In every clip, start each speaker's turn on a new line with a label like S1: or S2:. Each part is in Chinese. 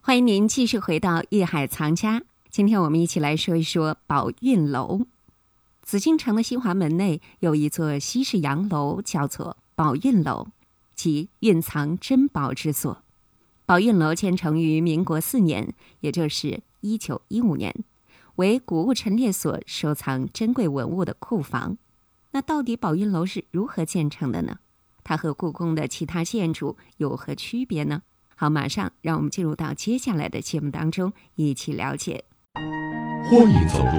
S1: 欢迎您继续回到《艺海藏家》，今天我们一起来说一说宝运楼。紫禁城的西华门内有一座西式洋楼，叫做宝运楼，即蕴藏珍宝之所。宝运楼建成于民国四年，也就是一九一五年，为古物陈列所收藏珍贵文物的库房。那到底宝运楼是如何建成的呢？它和故宫的其他建筑有何区别呢？好，马上让我们进入到接下来的节目当中，一起了解。
S2: 欢迎走入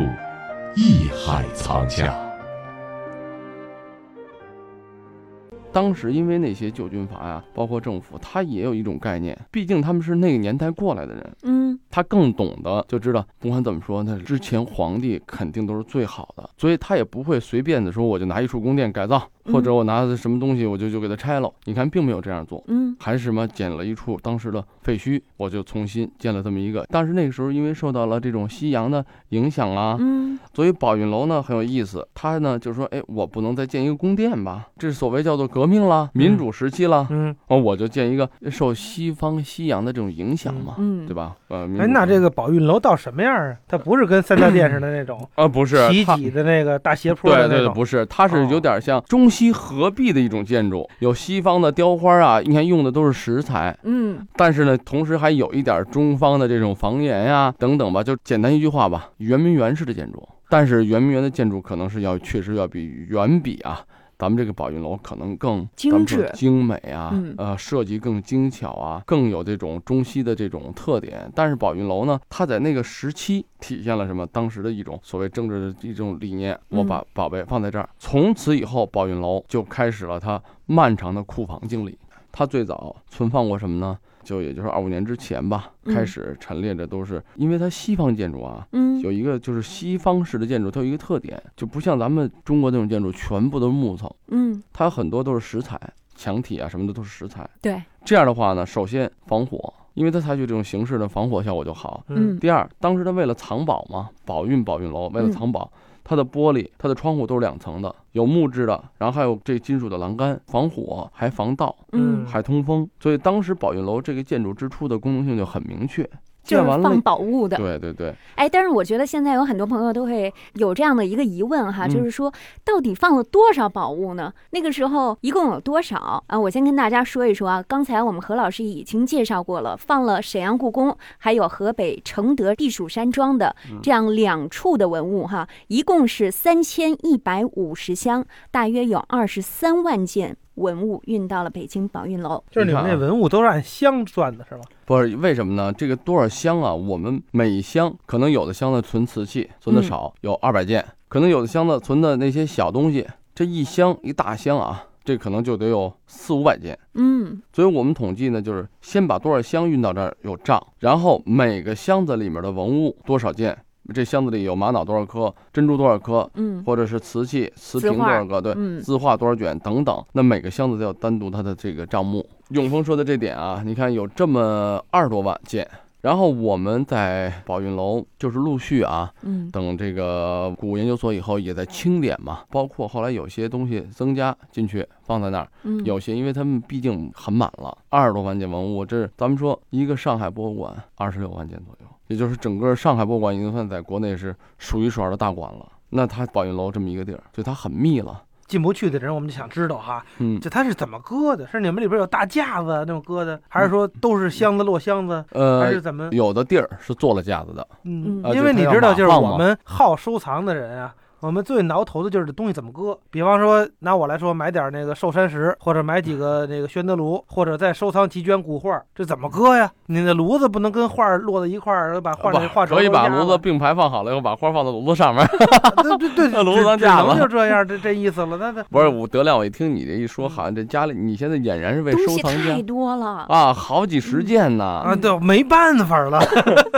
S2: 艺海藏家。
S3: 当时因为那些旧军阀呀、包括政府，他也有一种概念，毕竟他们是那个年代过来的人，
S1: 嗯
S3: 他更懂得就知道，不管怎么说，那之前皇帝肯定都是最好的，所以他也不会随便的说我就拿一处宫殿改造，
S1: 嗯
S3: 或者我拿什么东西我就就给它拆了。你看，并没有这样做。
S1: 嗯
S3: 还是什么捡了一处当时的废墟，我就重新建了这么一个。但是那个时候，因为受到了这种西洋的影响啊，
S1: 嗯
S3: 所以宝运楼呢很有意思，它呢就说，哎，我不能再建一个宫殿吧？这所谓叫做革命啦，民主时期 啦，
S4: 嗯，
S3: 哦，我就建一个受西方西洋的这种影响嘛，
S1: 嗯
S3: 对吧？呃，民
S4: 哎，
S3: 主
S4: 那
S3: 时
S4: 这个宝运楼到什么样啊？它不是跟三家店似的那种
S3: 啊 不是
S4: 起
S3: 它
S4: 脊的那个大斜坡
S3: 对
S4: 的
S3: 对
S4: 那
S3: 对，
S4: 种，哦
S3: 不是，它是有点像中西合璧的一种建筑，有西方的雕花啊，你看用的都是石材，
S1: 嗯
S3: 但是呢，同时还有一点中方的这种房檐呀、等等吧，就简单一句话吧，圆明园式的建筑。但是圆明园的建筑可能是要确实要比远比啊，咱们这个宝运楼可能更
S1: 精
S3: 咱们说
S1: 致
S3: 精美啊，
S1: 嗯
S3: 呃，设计更精巧啊，更有这种中西的这种特点。但是宝运楼呢，它在那个时期体现了什么？当时的一种所谓政治的一种理念，我
S1: 嗯
S3: 把宝贝放在这儿。从此以后，宝运楼就开始了它漫长的库房经历。它最早存放过什么呢？就也就是二五年之前吧，
S1: 嗯
S3: 开始陈列的都是，因为它西方建筑啊，
S1: 嗯
S3: 有一个就是西方式的建筑，它有一个特点，就不像咱们中国这种建筑全部都是木头，
S1: 嗯，
S3: 它很多都是石材，墙体啊什么的都是石材。
S1: 对，
S3: 这样的话呢，首先防火，因为它采取这种形式的防火效果就好。
S1: 嗯
S3: 第二，当时它为了藏宝嘛，宝运宝运楼为了藏宝，它的玻璃、它的窗户都是两层的，有木质的，然后还有这金属的栏杆，防火还防盗，
S1: 嗯，
S3: 还通风。所以当时宝运楼这个建筑之初的功能性就很明确。
S1: 就
S3: 建
S1: 是
S3: 完了
S1: 放，宝物的。
S3: 对对对，
S1: 哎，但是我觉得现在有很多朋友都会有这样的一个疑问哈，
S3: 嗯
S1: 就是说到底放了多少宝物呢？那个时候一共有多少啊？我先跟大家说一说啊，刚才我们何老师已经介绍过了，放了沈阳故宫，还有河北承德避暑山庄的
S3: 嗯
S1: 这样两处的文物哈，一共是三千一百五十箱，大约有二十三万件文物运到了北京宝运楼。
S4: 就是你们
S3: 你看
S4: 那
S3: 啊
S4: 文物都是按箱算的是吧？
S3: 不是为什么呢？这个多少箱啊？我们每一箱可能有的箱子存瓷器，
S1: 嗯
S3: 存的少，有二百件；可能有的箱子存的那些小东西，这一箱一大箱啊，这可能就得有四五百件。
S1: 嗯
S3: 所以我们统计呢，就是先把多少箱运到这儿有账，然后每个箱子里面的文物多少件，这箱子里有玛瑙多少颗，珍珠多少颗，
S1: 嗯
S3: 或者是瓷器、瓷
S1: 字
S3: 瓶
S1: 画
S3: 多少个，对，
S1: 嗯
S3: 字画多少卷等等，那每个箱子都要单独它的这个账目。永丰说的这点啊，你看有这么二十多万件，然后我们在宝运楼就是陆续啊，
S1: 嗯
S3: 等这个古物研究所以后也在清点嘛，包括后来有些东西增加进去放在那儿，
S1: 嗯，
S3: 有些因为他们毕竟很满了，二十多万件文物，这是咱们说一个上海博物馆二十六万件左右，也就是整个上海博物馆已经算在国内是数一数二的大馆了。那它宝运楼这么一个地儿，就它很密了。
S4: 进不去的人，我们就想知道哈，
S3: 嗯，
S4: 就它是怎么搁的？是你们里边有大架子那种搁的，还是说都是箱子摞箱子，还
S3: 嗯
S4: 是
S3: 呃，
S4: 怎么？
S3: 有的地儿是做了架子的，
S4: 嗯
S1: 呃，
S4: 因为
S3: 啊就
S4: 你
S3: 它要
S4: 知道，就是
S3: 码放嘛
S4: 我们好收藏的人啊，我们最挠头的就是这东西怎么搁。比方说，拿我来说，买点那个寿山石，或者买几个那个宣德炉，或者再收藏几卷古画，这怎么搁呀？你的炉子不能跟画儿摞在一块儿，把画儿那
S3: 啊不
S4: 画轴
S3: 可以
S4: 都
S3: 把
S4: 压
S3: 炉子
S4: 了
S3: 并排放好了，以后把花放到炉子上面。
S4: 对对 对，
S3: 那炉
S4: 只
S3: 子
S4: 只
S3: 架了
S4: 能就这样，这这意思了。那那
S3: 不是，我德亮，我一听你这一说，好像这家里你现在俨然是位
S1: 东
S3: 收
S1: 西
S3: 藏
S1: 太
S3: 家
S1: 多了。
S3: 啊，好几十件呢。
S4: 啊，对，没办法了。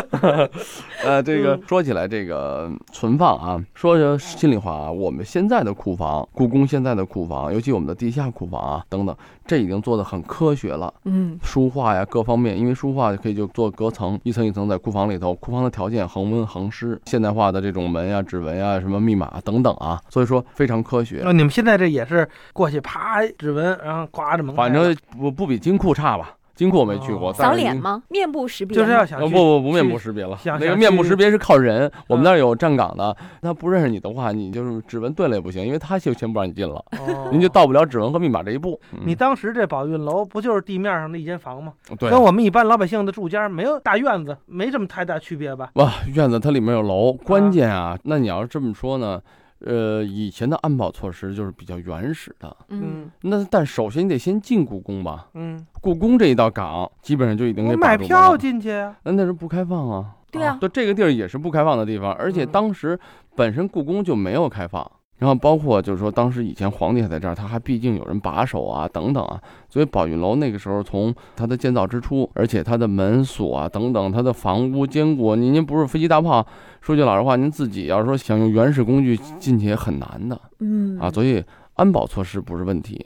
S3: 呃，这个
S1: 嗯
S3: 说起来，这个存放啊，说着心里话啊，我们现在的库房，故宫现在的库房，尤其我们的地下库房啊等等，这已经做得很科学了。
S1: 嗯
S3: 书画呀，各方面，因为书画可以就做隔层，一层一层在库房里头，库房的条件恒温恒湿，现代化的这种门呀、指纹呀、什么密码等等啊，所以说非常科学。
S4: 那你们现在这也是过去啪指纹，然后咵这门开了，
S3: 反正不不比金库差吧。金库我没去过，
S4: 哦
S3: 但
S1: 扫
S3: 是
S1: 脸
S3: 您？
S1: 吗？面部识别
S4: 就是要
S1: 吗
S3: 呃
S4: 想
S3: 不
S4: 去
S3: 不不，面部
S4: 去
S3: 识别了。
S4: 想
S3: 那个
S4: 想
S3: 面部
S4: 去
S3: 识别是靠人，我们
S4: 嗯
S3: 那儿有站岗的，他不认识你的话，你就是指纹对了也不行，因为他就先不让你进了，
S4: 哦
S3: 您就到不了指纹和密码这一步。嗯
S4: 你当时这宝运楼不就是地面上的一间房吗？
S3: 对
S4: 跟我们一般老百姓的住家没有大院子，没什么太大区别吧？
S3: 哇，院子它里面有楼，关键啊，那你要是这么说呢，呃，以前的安保措施就是比较原始的。
S1: 嗯，
S3: 那但首先你得先进故宫吧，
S4: 嗯，
S3: 故宫这一道岗基本上就已经
S4: 我
S3: 给
S4: 买
S3: 把住门
S4: 票
S3: 了。
S4: 进去呀、
S3: 那那时候不开放啊，
S1: 对啊，
S3: 就这个地儿也是不开放的地方，而且
S4: 嗯
S3: 当时本身故宫就没有开放。然后包括就是说，当时以前皇帝还在这儿，他还毕竟有人把守啊，等等啊，所以宝云楼那个时候从它的建造之初，而且它的门锁啊等等，它的房屋坚固，您您不是飞机大炮，说句老实话，您自己要是说想用原始工具进去也很难的
S1: 嗯
S3: 啊，所以安保措施不是问题。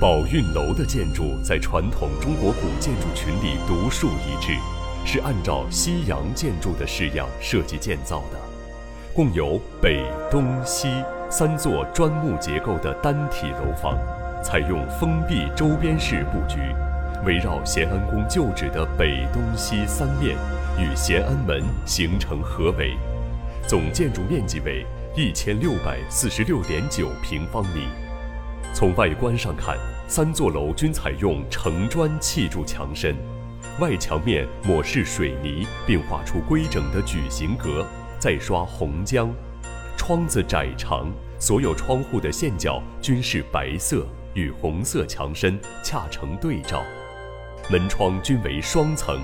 S5: 宝运楼的建筑在传统中国古建筑群里独树一帜，是按照西洋建筑的式样设计建造的，共有北、东、西三座砖木结构的单体楼房，采用封闭周边式布局，围绕咸安宫旧址的北、东、西三面与咸安门形成合围，总建筑面积为一千六百四十六点九平方米。从外观上看，三座楼均采用承砖砌筑墙身，外墙面抹饰水泥，并画出规整的矩形格，再刷红浆。窗子窄长，所有窗户的线角均是白色，与红色墙身恰成对照。门窗均为双层，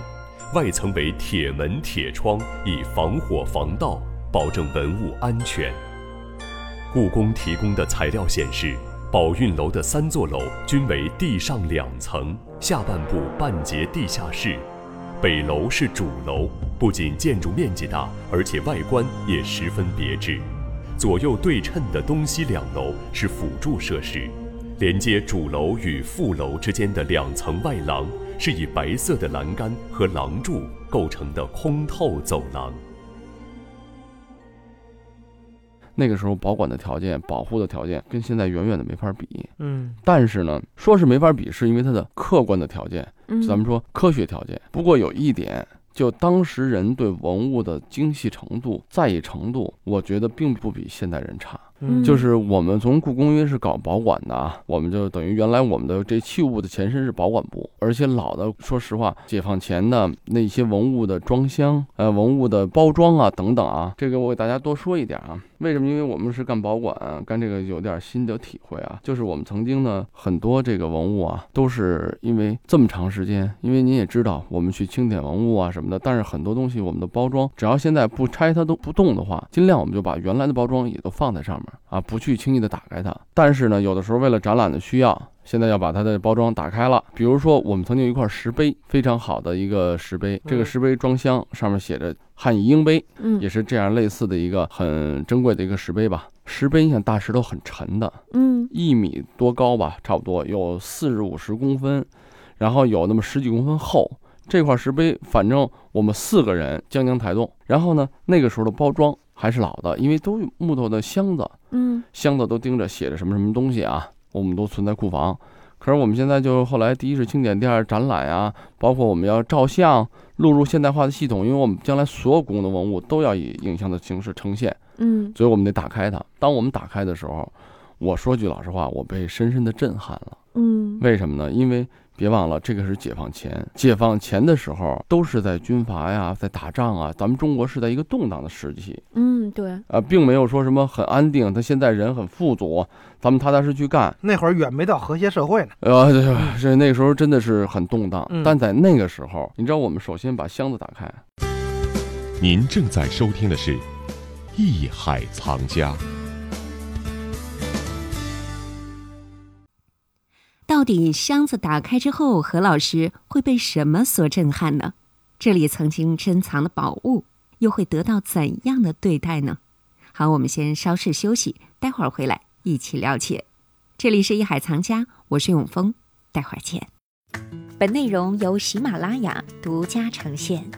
S5: 外层为铁门铁窗，以防火防盗，保证文物安全。故宫提供的材料显示，宝运楼的三座楼均为地上两层，下半部半截地下室。北楼是主楼，不仅建筑面积大，而且外观也十分别致。左右对称的东西两楼是辅助设施，连接主楼与副楼之间的两层外廊是以白色的栏杆和廊柱构成的空透走廊。
S3: 那个时候保管的条件、保护的条件跟现在远远的没法比。
S4: 嗯，
S3: 但是呢，说是没法比，是因为它的客观的条件，
S1: 嗯
S3: 咱们说科学条件。不过有一点，就当时人对文物的精细程度、在意程度，我觉得并不比现代人差。
S1: 嗯
S3: 就是我们从故宫因为是搞保管的啊，我们就等于原来我们的这器物的前身是保管部，而且老的说实话，解放前的那些文物的装箱、呃文物的包装啊等等啊，这个我给大家多说一点啊。为什么？因为我们是干保管，啊干这个有点心得体会啊。就是我们曾经呢，很多这个文物啊，都是因为这么长时间，因为您也知道，我们去清点文物啊什么的，但是很多东西我们的包装，只要现在不拆它都不动的话，尽量我们就把原来的包装也都放在上面啊，不去轻易的打开它。但是呢，有的时候为了展览的需要。现在要把它的包装打开了，比如说我们曾经有一块石碑，非常好的一个石碑，这个
S4: 嗯
S3: 石碑装箱上面写着“汉仪英碑”，
S1: 嗯
S3: 也是这样类似的一个很珍贵的一个石碑吧。石碑，你想大石头很沉的，
S1: 嗯
S3: 一米多高吧，差不多有四十五十公分，然后有那么十几公分厚。这块石碑，反正我们四个人将将抬动。然后呢，那个时候的包装还是老的，因为都有木头的箱子，
S1: 嗯
S3: 箱子都盯着写着什么什么东西啊，我们都存在库房。可是我们现在就是后来，第一是清点，第二是展览啊，包括我们要照相，录入现代化的系统，因为我们将来所有故宫的文物都要以影像的形式呈现，
S1: 嗯
S3: 所以我们得打开它。当我们打开的时候，我说句老实话，我被深深的震撼了。
S1: 嗯
S3: 为什么呢？因为别忘了，这个是解放前，解放前的时候都是在军阀呀，在打仗啊，咱们中国是在一个动荡的时期，
S1: 嗯，对，
S3: 啊，并没有说什么很安定，他现在人很富足，咱们踏踏实去干。
S4: 那会儿远没到和谐社会呢。
S3: 呃，对对这那个时候真的是很动荡，
S4: 嗯
S3: 但在那个时候，你知道我们首先把箱子打开，
S2: 您正在收听的是《艺海藏家》。
S1: 到底箱子打开之后，何老师会被什么所震撼呢？这里曾经珍藏的宝物又会得到怎样的对待呢？好，我们先稍事休息，待会儿回来一起了解。这里是《一海藏家》，我是永峰，待会儿见。本内容由喜马拉雅独家呈现。